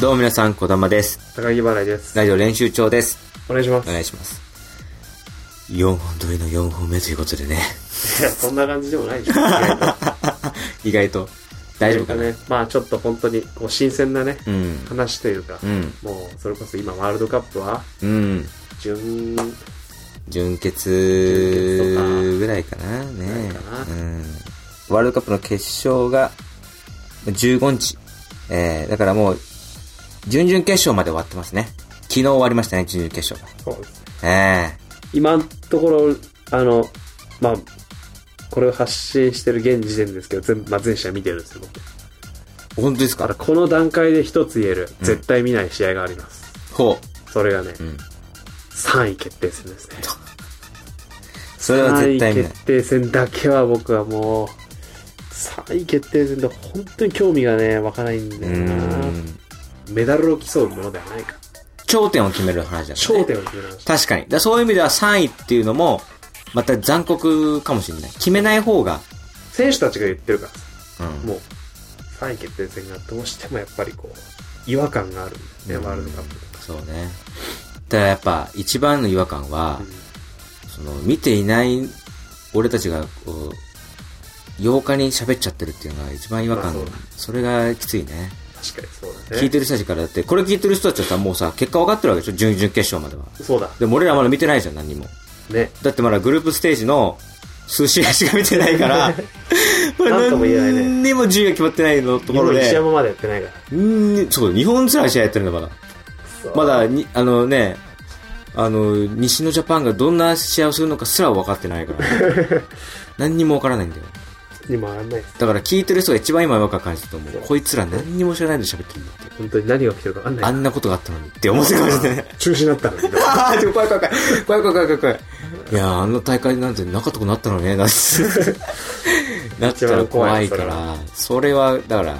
どうも皆さん、こだまです。高木払いです。ラジオ練習長です。お願いしまお願いします。4本撮りの4本目ということでね。 す。いや、 そんな感じでもないでしょ。意意外と外と、 大丈夫かな。ね。まあちょっと本当に、こう、新鮮なね、うん。話というか、うん。もう、それこそ今、ワールドカップは、うん。準、純潔潔ぐらいかな。ねぐらいかなうん。ワールドカップの決勝が15日。えー、だからもう、準々決勝まで終わってますね。昨日終わりましたね、準々決勝そうですね。が。え今のところ、あの、まあ、これを発信してる現時点ですけど、全部、まあ全試合見てるんですよ、僕。ー、本当ですただ、かこの段階で一つ言える、うん絶対見ない試合があります。ほそれがね、う。うん。 3位決定戦ですね。それは絶対見3位ない。決定戦だけは僕はもう3位決定戦で本当に興味がね湧かないんうだよなーん。メダルを競うものではないから頂点を決める話だ、ね。頂点を決めました確かに。だからそういう意味では3位っていうのも、また残酷かもしれない。決めない方が、選手たちが言ってるかうん。らもう3位決定戦がどうしてもやっぱりこう違和感があるんだよねワールドカップとかそうね。ただやっぱ一番の違和感は、うんその見ていない俺たちがこう、8日に喋っちゃってるっていうのが一番違和感、まあそうだそれがきついね。確かにそうだ聞いねてる人たちからだって、これ聞いてる人たちはさ、もうさ、結果分かってるわけでしょ準々決勝までは。そうだでも俺らまだ見てないじゃん、何にも。ねだってまだグループステージの数試合しか見てない から、まあなんとも言えないね何にも順位が決まってないのとこ今ろの一で、山までやってないからうん、そう、日本すら試合やってるんだ、まだ。まだに、あのね、あの、西のジャパンがどんな試合をするのかすら分かってないから、 何にも分からないんだよ。にもあんないですだから聞いてる人が一番今違和感感じてると思う。こいつら何にも知らないで喋ってるんだって。本当に何が起きてるか分かんなあいんなことがあったのにって思ってるかもしれない。中止にな ったのにああ、でも怖い怖い怖い。怖い怖い怖い怖い怖い。いやー、あの大会なんてなかったことなったのね、なんてなっちゃう怖いから、それは、だから、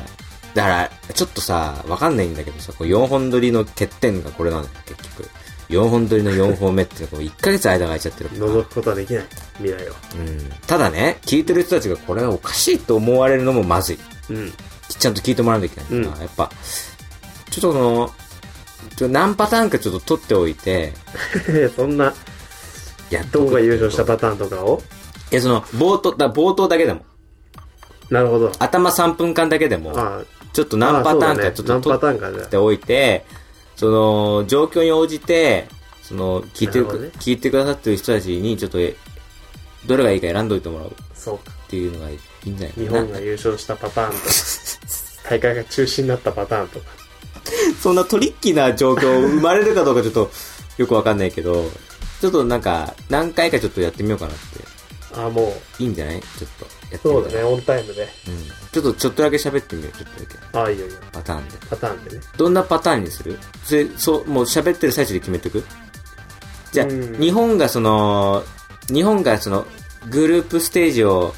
だから、ちょっとさ、わかんないんだけどさ、こう4本撮りの欠点がこれなんだよ、結局。4本撮りの4本目っていうのはこう1ヶ月間が空いちゃってるから。覗くことはできない未来をうん。ただね、聞いてる人たちがこれはおかしいと思われるのもまずい。うんちゃんと聞いてもらわなきゃいけないから、やっぱ、ちょっとその、ちょ何パターンかちょっと取っておいて、 そんな、やっとどくこが優勝したパターンとかをいや、その、冒頭、だ冒頭だけでも、なるほど。頭3分間だけでも、あちょっと何パターンかちょっと何パタ取ーンかじゃっておいて、その、状況に応じて、その、聞いてるなるほどね聞いてくださってる人たちに、ちょっと、えどれがいいか選んどいてもらうっそうか。ていうのがいいんじゃない日かな。本が優勝したパターンとか、大会が中止になったパターンとか。 そんなトリッキーな状況生まれるかどうかちょっと、 よくわかんないけど、ちょっとなんか、何回かちょっとやってみようかなっああ、もう、て。いいんじゃないちょっと、やってみそようだね、オンタイムで。うん。ちょっと、ちょっとだけ喋ってみよう、ちょっとだけ。ああ、いいよいいよ。パターンで。パターンでね。どんなパターンにするそれ、そう、もう喋ってる最中で決めてくじゃあ、うん日本がその、日本がその、グループステージを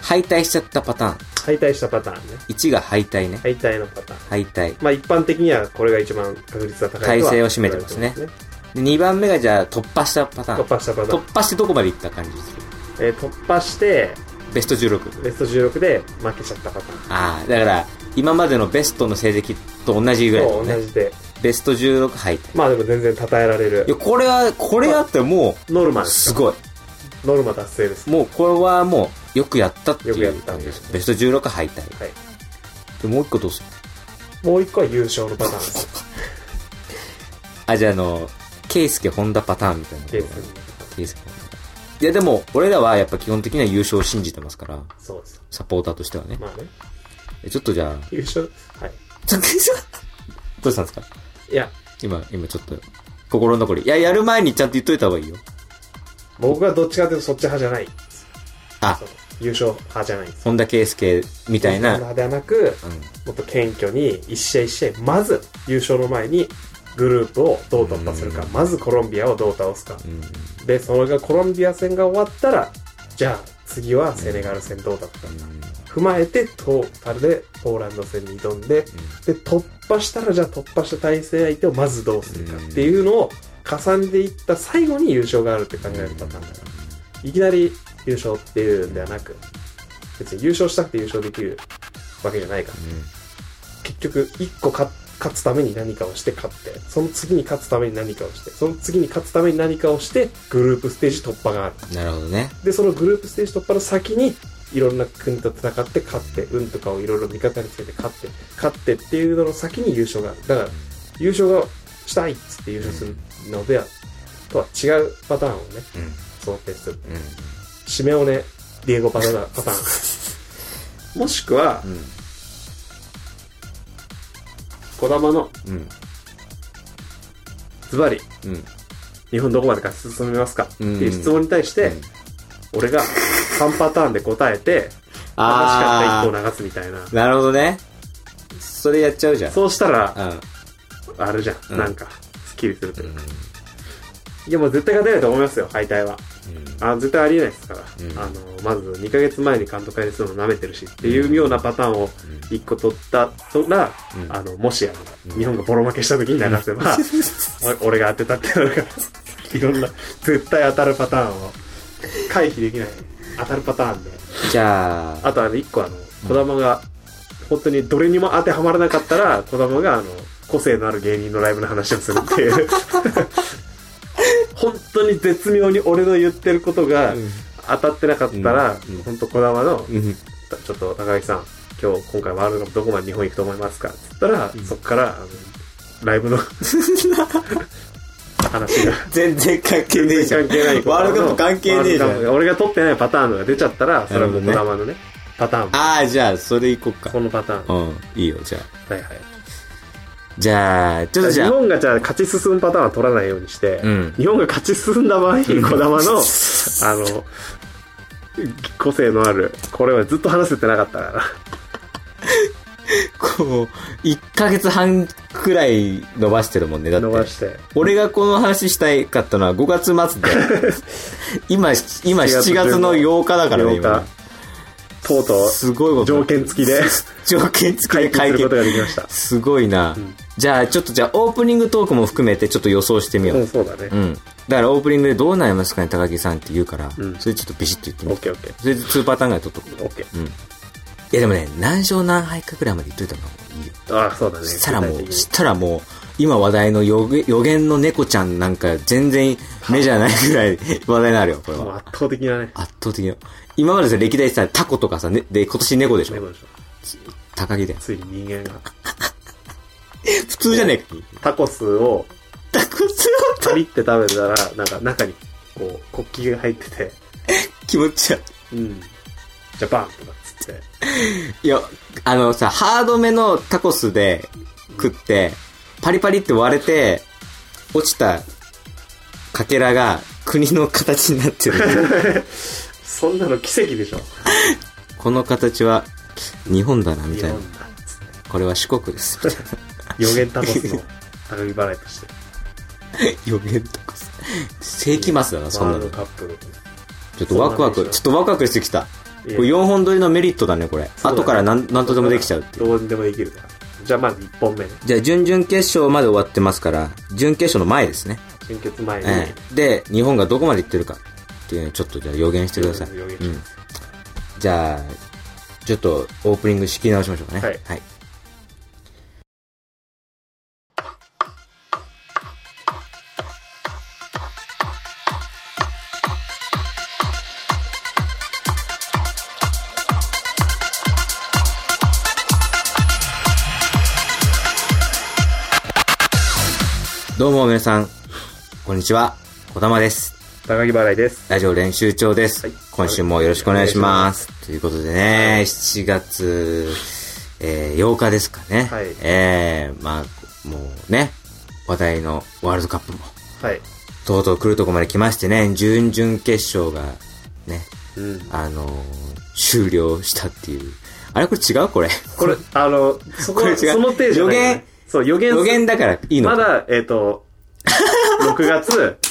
敗退しちゃったパターン。敗退したパターンね。 1が敗退ね。敗退のパターン。敗退。まあ一般的にはこれが一番確率が高いとは体勢を占めてますね言われで2番目がじゃあ突破したパター突ン。破したパター突ン。破してどこまでいった感じするえー突破して、ベスト16。ベスト16で負けちゃったパターン。ああ、だから、今までのベストの成績と同じぐらいだそもうん同ね。じで。ベスト16敗退。まあでも全然称えられいや、る。これは、これあってもノルマう、ですす。ごい。ノルマ達成です。もうこれはもうよくやったってよくいやっうた感っじてでいうす。ベスト16敗退。はい。で、もう一個どうするもう一個は優勝のパターンです。 あ、じゃああの、ケイスケホンダパターンみたいな。ケースケイスケホンダ。いやでも、俺らはやっぱ基本的には優勝を信じてますから、そうです。サポーターとしてはね。まあね。えちょっとじゃあ、 優勝、はい。ちょっとどうしたんですかいや、今、今ちょっと、心残り。いや、やる前にちゃんと言っといた方がいいよ。僕はどっちかというとそっち派じゃない。あそ、の優勝派じゃないんです。ホンダケイスケみたいな。優うん。勝派ではなく、もっと謙虚に、一試合一試合、まず優勝の前に、グループをどう突破するか、うんまずコロンビアをどう倒すか。うん。で、それがコロンビア戦が終わったら、じゃあ、次はセネガル戦どうだったか。うん踏まえて、トータルでポーランド戦に挑んで、で、突破したら、じゃあ突破した対戦相手をまずどうするかっていうのを、重ねていった最後に優勝があるって考えるパターンだから。いきなり優勝っていうんではなく、別に優勝したくて優勝できるわけじゃないから、結局、一個勝っ勝つために何かをして勝って、その次に勝つために何かをして、その次に勝つために何かをして、グループステージ突破がある。なるほどね。で、そのグループステージ突破の先に、いろんな国と戦って勝って、運とかをいろいろ味方につけて勝って、勝ってっていうのの先に優勝がある。だから、優勝がしたいっつって優勝するのでは、とは違うパターンをね、うん。想定する。うん。シメオネ、ディエゴパターン、パターン。 もしくは、うん。小玉の、うん。ズバリ、うん。日本どこまで勝ち進めますかってうんいう質問に対して、うん俺が3パターンで答えて、正しかあった1個流すみたいな。ー、なるほどね。それやっちゃうじゃん。そうしたら、うん。あるじゃん。うんなんか、スッキリするといううか。ん。いや、もう絶対勝てないと思いますよ、敗退は。うんあ絶対ありえないですから。うんあの、まず2ヶ月前に監督会するの舐めてるしっていうようなパターンを1個取ったとが、うんあの、もしあの、日本がボロ負けした時に流せば、お 俺が当てたってな るから、いろんな、絶対当たるパターンを回避できない。当たるパターンで。じゃあ、あとあの、1個あの、子玉が、本当にどれにも当てはまらなかったら、子玉があの、個性のある芸人のライブの話をするっ ていう。本当に絶妙に俺の言ってることがうん当たってなかったら、うんうん本当小玉の、うん。ちょっと高木さん、今日、今回ワールドカップどこまで日本行くと思いますかって言ったら、そっから、あのライブの 話が。全然関係ねえじゃん。関係ない。ワールドカップ関係ねえじゃワールドカッん。プ俺が取ってないパターンのが出ちゃったら、それはもう小玉のね、パターン。あー、じゃあ、それいこっかこ。のパターン。うん。いいよ、じゃあ。はいはい。じゃあ、ちょっと日じゃあ、本がじゃあ勝ち進むパターンは取らないようにして、うん日本が勝ち進んだ場合、児玉の、あの、個性のある、これはずっと話せてなかったから。こう、1ヶ月半くらい伸ばしてるもんね。だって。伸ばして。俺がこの話したいかったのは5月 末で。今、今7月の8日だからね、今8。日とうとすごいこと。う、条件付きで、条件付きで解決解すること決。ができました。すごいな。じゃあ、ちょっとじゃあ、オープニングトークも含めてちょっと予想してみようん、う。そうだねう。ん。だから、オープニングでどうなりますかね、高木さんって言うから、うんそれちょっとビシッと言ってオみッて。ケーオッケー。それで2パターンぐらい取っとこオッケう。うん。いや、でもね、何勝何敗かぐらいまで言っといた方がいいよ。ー。ああ、そうだね。したらも具体う、的したらもう、今話題の予言予言の猫ちゃんなんか全然目じゃないぐらい 話題になるよ、これにもうは。圧倒的なね、圧倒的よ。今までさ、歴代さ、タコとかさ、ね、で、今年猫でしょ猫でしょ高木だよ。ついに人間が。普通じゃねえか。タコスをタ コスパリって食べたら、なんか中に、こう、国旗が入ってて、気持ち悪うん。ジャパンとかっつって。い。いや、あのさ、ハードめのタコスで食って、パリパリって割れて、落ちたかけらが国の形になって る。そんなの奇跡でしょ。この形は日本だな、み日たい本な。だっつって。これは四国です、みたいな。予言タコス の高木払いとして。予言とかさ世紀末だな、そんなワールのド。カップ。ちょっとワクワク、ちょっとワクワクしてきた。いやこれ4本撮りのメリットだね、これ。そうだね後からなんなんとでもできちゃうっていう。どうにでもできるから。じゃあまず1本目ね。じゃあ、準々決勝まで終わってますから、準決勝の前ですね。準決前に。ええで、日本がどこまで行ってるかっていうのをちょっとじゃあ予言してください。予言うん。じゃあ、ちょっとオープニング仕切り直しましょうかね。はいはい。どうも皆さん、こんにちは、こだまです。高木払いです。ラジオ練習長です、はい今週もよろしくお願いします。ということでね、7月、えー8日ですかね。はいえーまあ、もうね、話題のワールドカップも、はい。とうとう来るとこまで来ましてね、準々決勝がね、うん。あのー終了したっていう。あれこれ違うこれ。これ、あの、そここれ違うその程度じゃないよね予言そう、予言す予言だからいいのまだ、えっ、と、6月、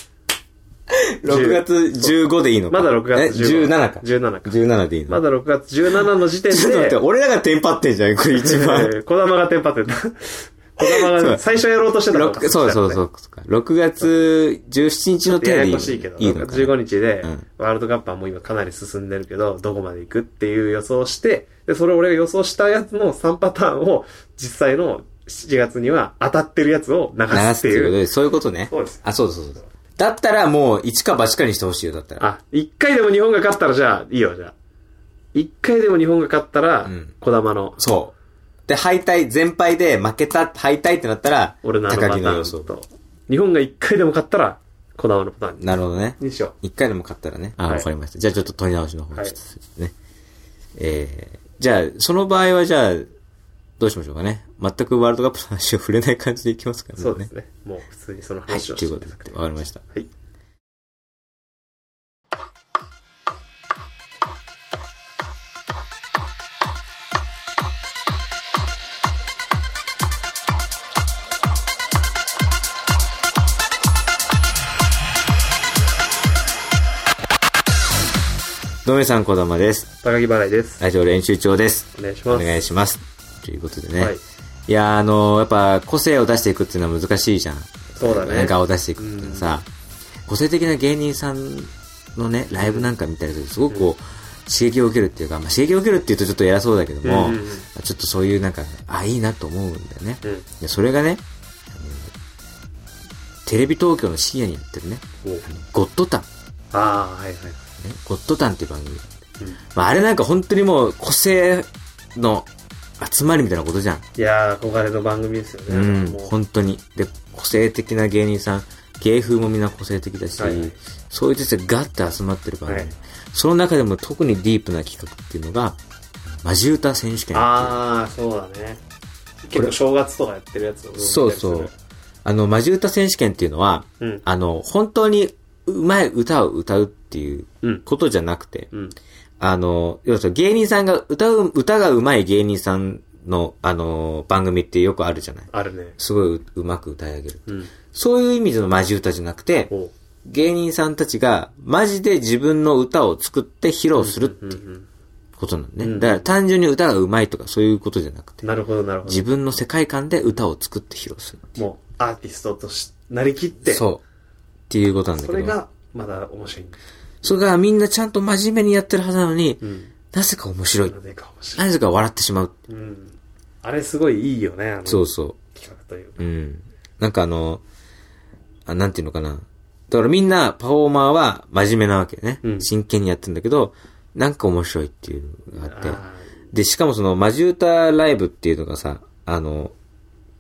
6月15でいいのかまだ6月え15 17か。 17か。 17でいいのまだ6月17の時点で、 ちょっと待って、俺らがテンパってんじゃん、これ一番。えー小玉がテンパってた。小玉そがう最初やろうとしてたの六そうそうそう。6月17日のや手やにこしいけど、いいのかな。 15日でうん、ワールドカップはもう今かなり進んでるけど、どこまで行くっていう予想をして、で、それを俺が予想したやつの3パターンを、実際の7月には当たってるやつを流流すっすてっていうこという。で、そういうことね。そうです。あ、そうそうそうそう。だったらもう、一か八かにしてほしいよ、だったら。あ、一回でも日本が勝ったらじゃあ、いいよ、じゃあ。一回でも日本が勝ったら、ん小玉の、そう。で、敗退、全敗で負けた、敗退ってなったら、俺のあのパ高タ木の予ー想ン。と。日本が一回でも勝ったら、小玉のパターンなるほどね。にしよ一回でも勝ったらね。あ、わ、はいかりました。じゃあちょっと取り直しの方、はいちょっとね。えー、じゃあ、その場合はじゃあ、どうしましょうかね。全くワールドカップの話を触れない感じでいきますからう。ね。そうですね。もう普通にそのはい、話をとしいてうこいとたでだく、わかりました。はい。どめさん、こだまです。高木払いです。ラジオ練習長です。お願いしおます。願いします。ということでね。はいい、。やー、あのーやっぱ、個性を出していくっていうのは難しいじゃん。そうだね。顔を出していくっていうのはさ、個性的な芸人さんのね、ライブなんか見たりすると、すごくこう、刺激を受けるっていうか、まあ、刺激を受けるっていうとちょっと偉そうだけども、うんうんうんちょっとそういうなんか、あ、いいなと思うんだよね。うん。でそれがね、あのテレビ東京の深夜にやってるね、おうゴッドタン。ね、ああ、はいはい。ゴッドタンっていう番組。うんまあ、あれなんか本当にもう個性の集まりみたいなことじゃん。いやー、憧れの番組ですよね。うん、も本当に。で、個性的な芸人さん、芸風もみんな個性的だし、はいはいそういう人たちがガッと集まってる番組、はいその中でも特にディープな企画っていうのが、マジ歌選手権。ああ、そうだね。結構正月とかやってるやつを。そうそう。あの、マジ歌選手権っていうのは、うん。あの、本当にうまい歌を歌うっていううん。ことじゃなくて、うん。あの、要するに芸人さんが歌う、歌がうまい芸人さんの、あの、番組ってよくあるじゃない。あるね。すごいううまく歌い上げる。うん。そういう意味でのマジ歌じゃなくて、おう。芸人さんたちがマジで自分の歌を作って披露するうんうん。ことなのね。うんだから単純に歌が上手いとかそういうことじゃなくて、なるほど、なるほ自分の世界観で歌を作って披露する。ど。もう、アーティストとし、なりきって。そう。っていうことなんだそけれど。それが、まだ面白い。がみんなちゃんと真面目にやってるはずなのに、うん。なぜか面白いな。ぜか面白い。なぜか笑ってしまう。うん。あれすごいいいよね、あの。そうそ企画というか。う。うん。なんかあの、あなんていうのかな。だからみんなパフォーマーは真面目なわけね。うん真剣にやってんだけど、なんか面白いっていうのがあって。あで、しかもその、マジ歌ライブっていうのがさ、あの、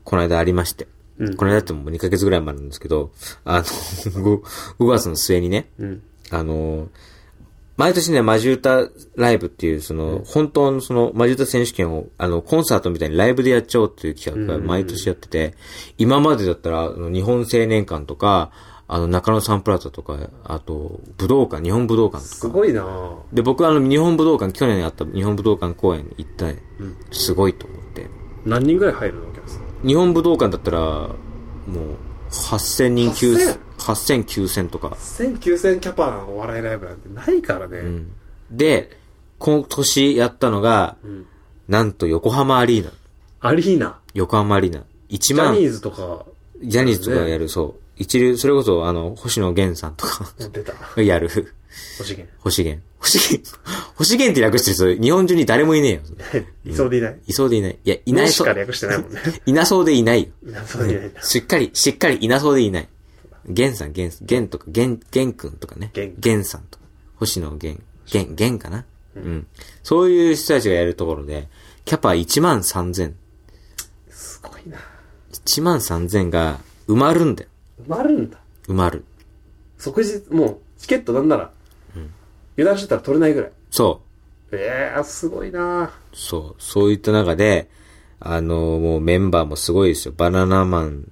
この間ありまして。うんこの間ってもう2ヶ月ぐらい前なんですけど、あの、5, 月の末にね、ーうん。あの、毎年ね、マジ歌ライブっていう、その、本当のその、マジ歌選手権を、あの、コンサートみたいにライブでやっちゃおうっていう企画が毎年やってて、今までだったら、あの日本青年館とか、あの、中野サンプラザとか、あと、武道館、日本武道館とか。すごいなぁ。で、僕はあの、日本武道館、去年あった日本武道館公演に行った、んすごいと思って。何人ぐらい入るのお客さん。日本武道館だったら、もう、8000人、 8000 9000、9000とか。 1000、9000キャパのお笑いライブなんてないからね。うんで、今年やったのが、んなんと横浜アリーナ。アリーナ。横浜アリーナ。1ジャ万、ニジーズとか、ャニーズとかやる、そう。一流、それこそ、あの、星野源さんとか 出た。がやる。星 源。星源。星源、星源って略してる人、日本中に誰もいねえよ。いそうでいない。いそうでいない。いや、いいないしそかう。略してないもんね。いなそうでいないよ。いなそうでいないんだ。しっかり、しっかりいなそうでいない。ゲンさん、ゲン、ゲンとか、ゲン、ゲンくんとかね。ゲンゲンさんとか。星野ゲン、ゲン、ゲンかな。うん。そういう人たちがやるところで、キャパ1万3000。すごいな。 1万3000が埋まるんだよ。埋まるんだ。埋まる。即日、もう、チケットなんなら、油断してたら取れないぐらい。そええー、すごいなう。そう。そういった中で、あのもうメンバーもすごいですよ。バナナマン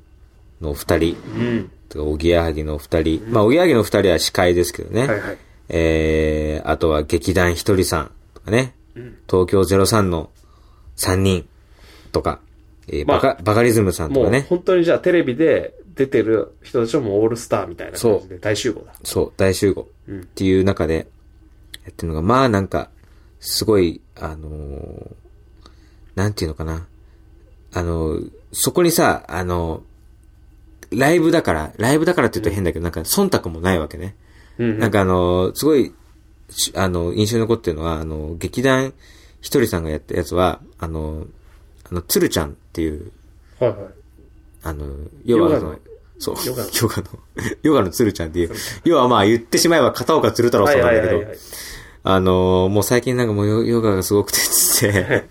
のお二人。うん。とかおぎやはぎのお二人。まあ、おぎやはぎのお二人は司会ですけどね。はいはい。えー、あとは劇団ひとりさんとかね、東京03の3人とか、えーまあバカバカリズムさんともかう、ね、本当にじゃあテレビで出てる人たちはもうオールスターみたいな感じで大集合だ。そう、大集合うんっていう中でやってるのが、まあなんか、すごい、あのーなんていうのかな、あのーそこにさ、あのーライブだから、ライブだからって言うと変だけど、なんか忖度もないわけね。うん。なんかあの、すごい、しあの、印象に残ってるのは、あの、劇団ひとりさんがやったやつは、あの、あの、つるちゃんっていう、はいはい。あの、ヨガヨガのの、そう、 ヨヨガガのの、ヨガの鶴ちゃんっていう、要はまあ言ってしまえば片岡鶴太郎さんなんだけど、はい。あのーもう最近なんかもうヨヨガがすごくてっつ って、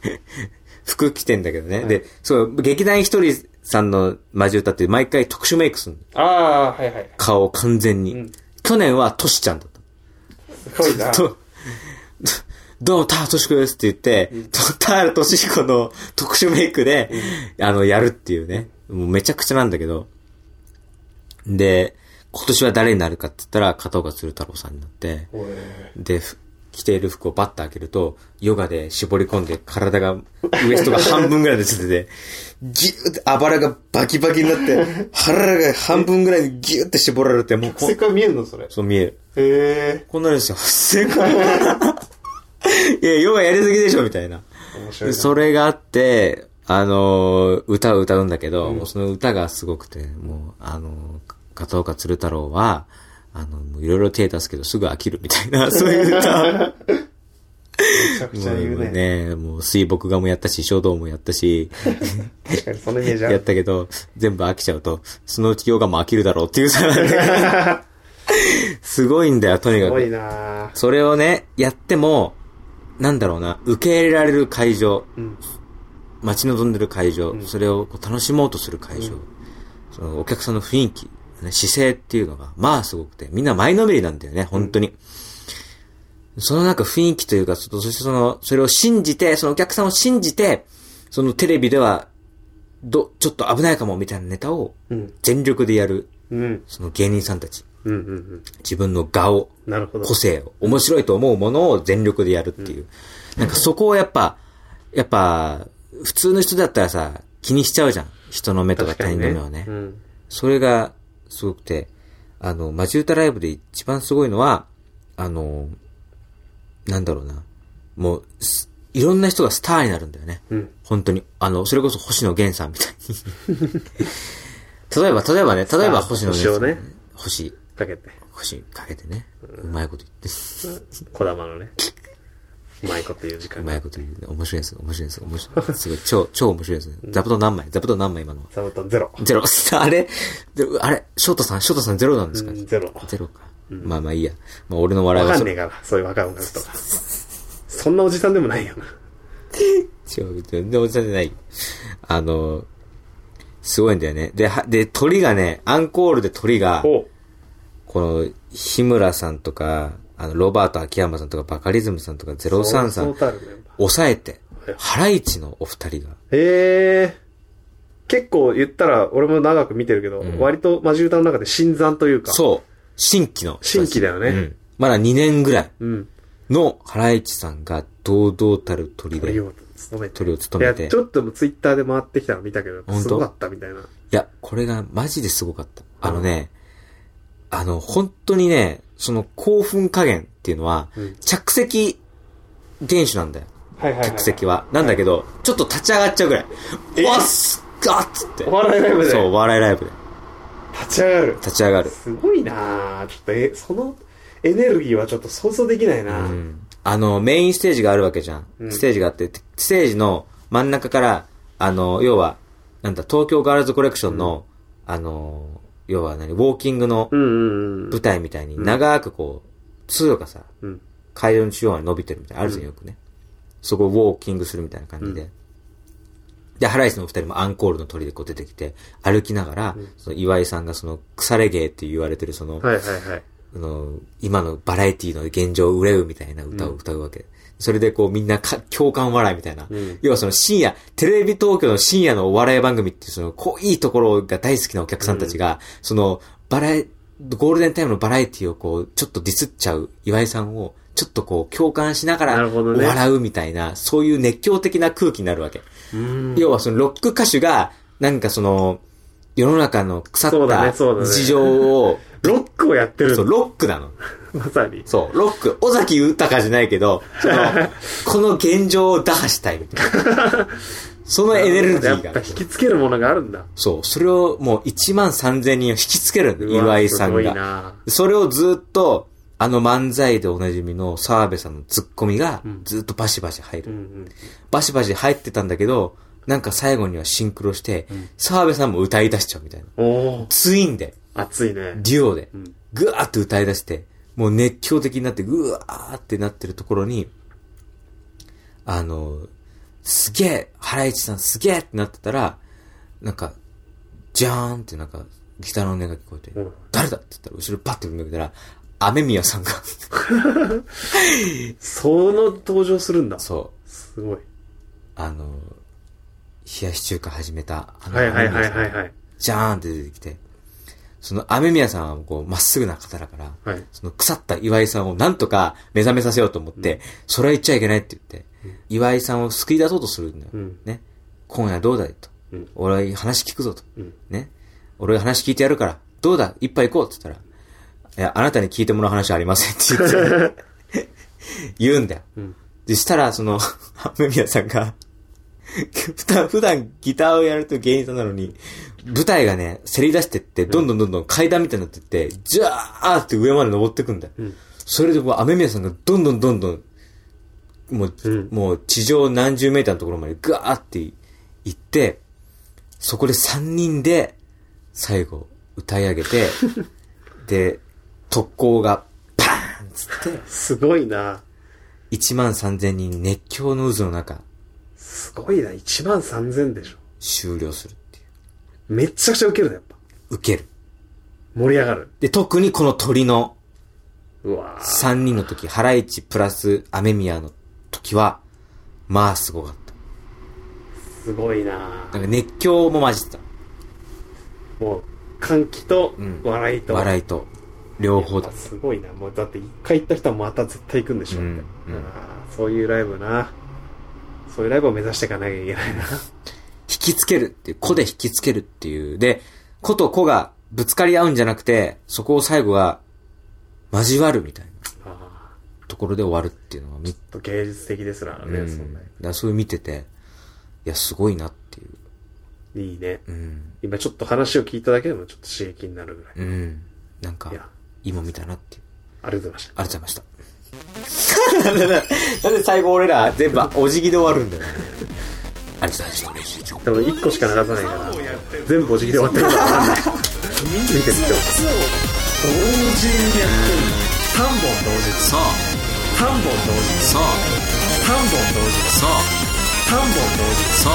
服着てんだけどね。はいで、そう、劇団ひとりさんのマジ歌って毎回特殊メイクするのああ、はいはい。顔を完全に。うん去年はトシちゃんだった。すごい な。と、どうも、タートシコですって言って、とタールトシコの特殊メイクで、あの、やるっていうね。もうめちゃくちゃなんだけど。で、今年は誰になるかって言ったら、片岡鶴太郎さんになって、おいで、ふ着ている服をバッと開けると、ヨガで絞り込んで、体が、ウエストが半分ぐらいでつってて、ぎゅーって、あばらがバキバキになって、腹が半分ぐらいにぎゅーって絞られて、もうこせっう、かく見えるのそれ。そう見える。へこんな ですよ。正解。いや、ヨガやりすぎでしょ、みたいな。え。面白いな。それがあって、あのー歌を歌うんだけど、もうその歌がすごくて、もう、あのー片岡鶴太郎は、あの、もういろいろ手出すけどすぐ飽きるみたい な、そういう歌。めちゃくちゃ言もううね。ね、もう水墨画もやったし、書道もやったし、確かにそのイメージあやっる。たけど、全部飽きちゃうと、そのうちヨガも飽きるだろうっていうさ、 すごいんだよ、とにかすくご。いなそれをね、やっても、なんだろうな、受け入れられる会場、うん。待ち望んでる会場、んそれをこう楽しもうとする会場、そのお客さんの雰囲気、ね姿勢っていうのが、まあすごくて、みんな前のめりなんだよね、本当に。そのなんか雰囲気というか、そそしてその、それを信じて、そのお客さんを信じて、そのテレビでは、ど、ちょっと危ないかもみたいなネタをうん。全力でやる、うん。その芸人さんたち。うん。うん。自分の顔、なるほど。個性を、面白いと思うものを全力でやるっていう。なんかそこをやっぱ、やっぱ、普通の人だったらさ、気にしちゃうじゃん。人の目とか他確かに人ね。の目をね。うん。それが、すごくて、あの、マジ歌ライブで一番すごいのは、あの、なんだろうな。もう、すいろんな人がスターになるんだよね。うん。本当に。あの、それこそ星野源さんみたい に。例えば、例えばね、例えばあ星野源さん、星をね星、かけて。星かけてね。うまいこと言って。小玉のね。うまいこと言う時間うまいこと言う。面白いです。面白いです。面白い。すごい。超、超面白いですね。座布団何枚座布団何枚今のは。座布団ゼロ。ゼロ。 あれであれショートさんショートさんゼロなんですうか、んゼロ。ゼロか。まあまあいいや。まあ俺の笑いわはかんそれ。ねえから、そういう若い女の人が。そんなおじさんでもないよな。違う。全然おじさんじゃない。あの、すごいんだよね。で、はで、鳥がね、アンコールで鳥が、おうこの、日村さんとか、あの、ロバート秋山さんとか、バカリズムさんとか、ゼロ三さ、そうそうんたるメンバー抑えてはい、ハライチのお二人が、ええ結構言ったら、俺も長く見てるけど、割とマジ歌の中で新参というか。う。そう、新規の人新たち。規だよね。うん。まだ2年ぐらいうん。の原市さんが堂々たる鳥鳥で、を務めて。鳥を務めいて。や、ちょっともツイッターで回ってきたの見たけど当、すごかったみたいいな。や、これがマジですごかった。あのね、あの、本当にね、その興奮加減っていうのは、うん着席原種なんだよ。はいはい、客席は。なんだけど、ちょっと立ち上がっちゃうぐらい。わっすっかっつって。お笑いライブで。そう、お笑いライブで。立ち上がる。立ち上がる。すごいなぁ。ちょっと、え、そのエネルギーはちょっと想像できないな、うんあの、メインステージがあるわけじゃん。うんステージがあって、ステージの真ん中から、あの、要は、なんだ、東京ガールズコレクションの、あの、要は何、ウォーキングのうんうんうん舞。台みたいに、長くこう、通路がさ、うん。階段の中央に伸びてるみたいな、あるじゃん、よくね。そこをウォーキングするみたいな感じで。で、ハライチのお二人もアンコールの鳥でこう出てきて、歩きながら、その岩井さんがその、腐れ芸って言われてるその、はいはいはい。あの、今のバラエティの現状を憂うみたいな歌を歌うわけ。それでこうみんなか共感笑いみたいな。うん要はその深夜、テレビ東京の深夜のお笑い番組っていうその濃いところが大好きなお客さんたちが、そのバラエ、ゴールデンタイムのバラエティをこうちょっとディスっちゃう岩井さんをちょっとこう共感しながならるほどね笑うみたいな、そういう熱狂的な空気になるわけ。うん。要はそのロック歌手がなんかその世の中の腐っそうだたねそうだね事情を、ロックをやってるそう、。ロックなの。まさに。そう、ロック、尾崎豊じゃないけど、その、こ の現状を打破したいみたいな。そのエネルギやっーぱが引。きつけるものがあるんだ。そう、それをもう1万3000人を引きつけるんだ、うわ岩井さんすごいが。なそれをずっと、あの漫才でおなじみの澤部さんのツッコミがん、ずっとバシバシ入うる。んうん。バシバシ入ってたんだけど、なんか最後にはシンクロしてうん、澤部さんも歌い出しちゃうみたいな。おー、ツインで、熱いね。デュオでう、ん。ぐわーって歌い出して、もう熱狂的になって、ぐわーってなってるところに、あの、すげえ、原市さんすげえってなってたら、なんか、じゃーんってなんか、ギターの音が聞こえて、うん誰だって言ったら、後ろパッて見たら、雨宮さん が、その登場するんだ。そう、すごい。あの、冷やし中華始めた、あの、はいはいはい雨は宮いさんはい。じゃーんって出てきて、その雨宮さんはこう、まっすぐな方だから、はい。その腐った岩井さんをなんとか目覚めさせようと思って、それは言っちゃいけないって言って、岩井さんを救い出そうとするんだよ。うん。ね。今夜どうだいと。うん俺は話聞くぞと。うん。ね。俺が話聞いてやるから、どうだ一杯行こうって言ったら、いや、あなたに聞いてもらう話はありませんって言って、 言うんだよ。うん。で、したら、その、 雨宮さんが、普段、普段ギターをやると芸人さんなのに、舞台がね、せり出してって、どんどんどんどん階段みたいになってって、じゃーって上まで登ってくんだよ。うん。それでこう、雨宮さんがどんどんどんどん、もう、うんもう地上何十メーターのところまでガーって行って、そこで3人で、最後、歌い上げ て、で、特攻が、パーンっつって、すごいな。 1万3000人熱狂の渦の中、すごいな。1万3000でしょ。終了するっていめっちゃくちゃウケるな、やっぱ。う。受ける。盛り上がる。で、特にこの鳥のうわー3人の時、ハライチプラス雨宮の時は、まあすごかった。すごいななんか熱狂も混じってもう、歓喜とうん、笑いた。と。笑いと、両方やだっぱ。すごいな。もう、だって一回行った人はまた絶対行くんでしょ。ううんうんそういうライブな。そういうライブを目指していかなきゃいけないな。引きつけるっていう、子で引きつけるっていう。で、子と子がぶつかり合うんじゃなくて、そこを最後は、交わるみたいなあところで終わるっていうのが見ーちょっと芸術的ですらね、うんそんだか。ならそういう見てて、いや、すごいなっていう。いいね。うん。今ちょっと話を聞いただけでもちょっと刺激になるぐらい。うん。なんかいや、今見たなっていう。ありがとうございました。ありがとうございました。 なんでなんで最後俺ら全部お辞儀で終わるんだよ。ありがとうございました。でも1個しか流さないから、全部お辞儀で終わってるからわかんない。見てる今日。同時にやってる3本同時そう、 3本同時そう、 3本同時そう、 3本同時そう、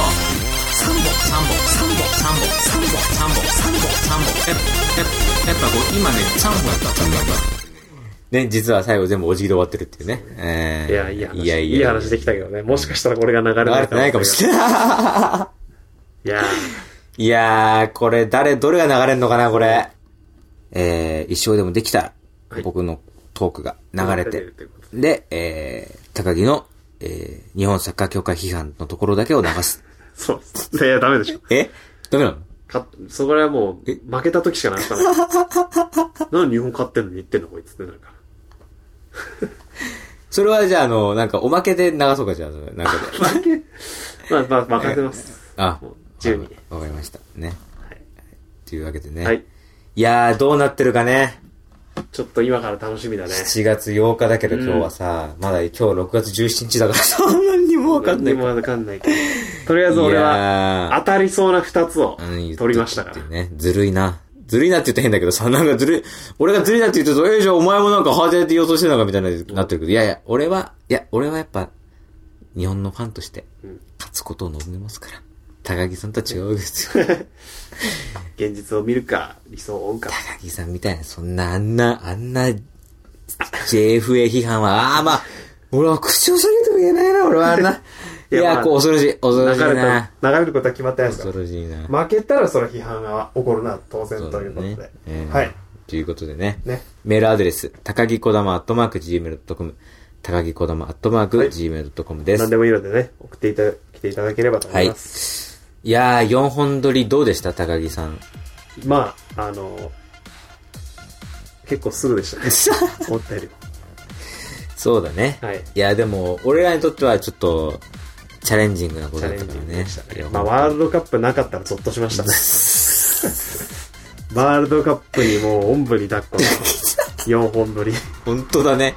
3本三本、三本、三本、三本、三本、三本、三本、え、え、やっぱこう、今ね、三本だった、三本だった。ね、実は最後全部お辞儀で終わってるっていうね。えーいや、いい話。いやいや。いい話できたけどね。もしかしたらこれが流れ流れてないかもしない。 れない。いやいやー、これ誰、どれが流れんのかな、これ。えー、一生でもできたら、はい僕のトークが流れて流れてるってこ。で、えー、高木の、えー、日本サッカー協会批判のところだけを流 す。ー、そう。いや、ダメでしょ。えダメなのか、そこらはもう、え負けた時しか流さない。なんで日本勝ってんのに言ってんのこいつってな るから。それはじゃあ、あの、なんかおまけで流そうか、じゃあ、それなんかで。負けまあ、まあ、任せます。あもう、自由にわかりました。ね。というわけでね。はい。。いやー、どうなってるかね。ちょっと今から楽しみだね。 7月8日だけど今日はさ、まだ今日6月17日だから、 そんなにもわかんない何もわかんないけど。とりあえず俺いやはー、当たりそうな二つをうん取りましたかってらいう。ね。ずるいな。ずるいなって言ったら変だけどさ、なんかずるい、俺がずるいなって言うと、えー、じゃあお前もなんかハーデーって予想してるのかみたいになってるけど、いやいや、俺は、いや、俺はやっぱ、日本のファンとしてうん、勝つことを望みますから。高木さんとは違うですよ。現実を見るか、理想を追うか。高木さんみたいな、そんな、あんな、あんな、JFA 批判は、ああ、まあ、俺は口を下げても言えないな、俺はあんな。い いやや、まあこう、恐ろしい、恐ろしい流れなた。、流れることは決まってないですか恐ろしいな。ら。負けたらその批判が起こるな、当然ということそうだね。でえーはい。ということでね。ね。メールアドレス、高木こだま、アットマーク、gmail.com。高木こだま、アットマーク、gmail.com です。何でもいいのでね、送っていただ、来ていただければと思はいいます。。いやー、4本撮りどうでした高木さん。まあ、あの、結構すぐでしたね。 思ったよりも。そうだね。はいいや、でも、俺らにとってはちょっと、チャレンジングなこチとだャっレたンかジらングねでした。いねや。まあ、ワールドカップなかったらゾッとしましたね。 ワールドカップにもう、おんぶに抱っこの4本撮り。本当だね。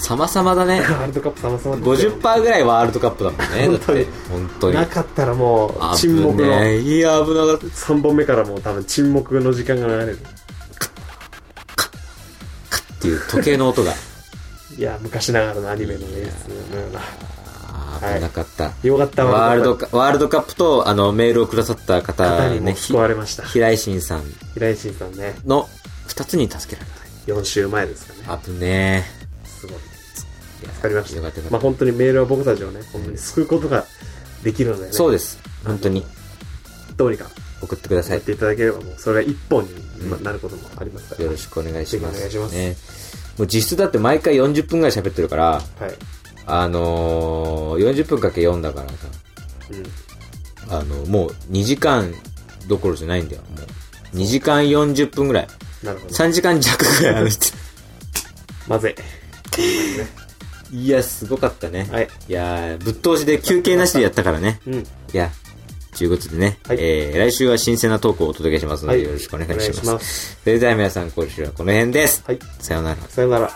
様々だ ね。ワールドカップ様々ですよ50%ぐらいワールドカップだもんね。だっ本当にて、本当にな。かったらもう危沈黙のねえ。いや、危なかっ3本目からもう多分沈黙の時間が流れるたっていう時計の音が。いや昔ながらのアニメの演出のようなあはーい危なかった。よかったワールドカッカワールドカップと、あの、メールをくださったプ方方にもね、救われましたひ平井慎さん平井慎さんねの二つに助けられ4週前ですかた。ね危ねすごいえ。助助かりましたよかったよかったまあ本当にメールは僕たちをね本当に救うことができるのでねそうです。本当に。どうにか送ってくださやっい。ていただければもうそれが一本にまうあなることもありますからよろしくお願いします。お願いしますね。もう実質だって毎回40分ぐらい喋ってるから、はいあのー、40分かけ4だからさ、うんあの、もう2時間どころじゃないんだよ。もう2時間40分ぐらい。なるほど3時間弱ぐらいあるって。まぜ いや、すごかったね。はいいやーぶっ通しで休憩なしでやったからね。うんいや、ということでね、はいえー、来週は新鮮なトークをお届けしますので、はいよろしくお願いしお願いましす。まそれでは皆さん、今週はこの辺です。はいさようなら。さよなら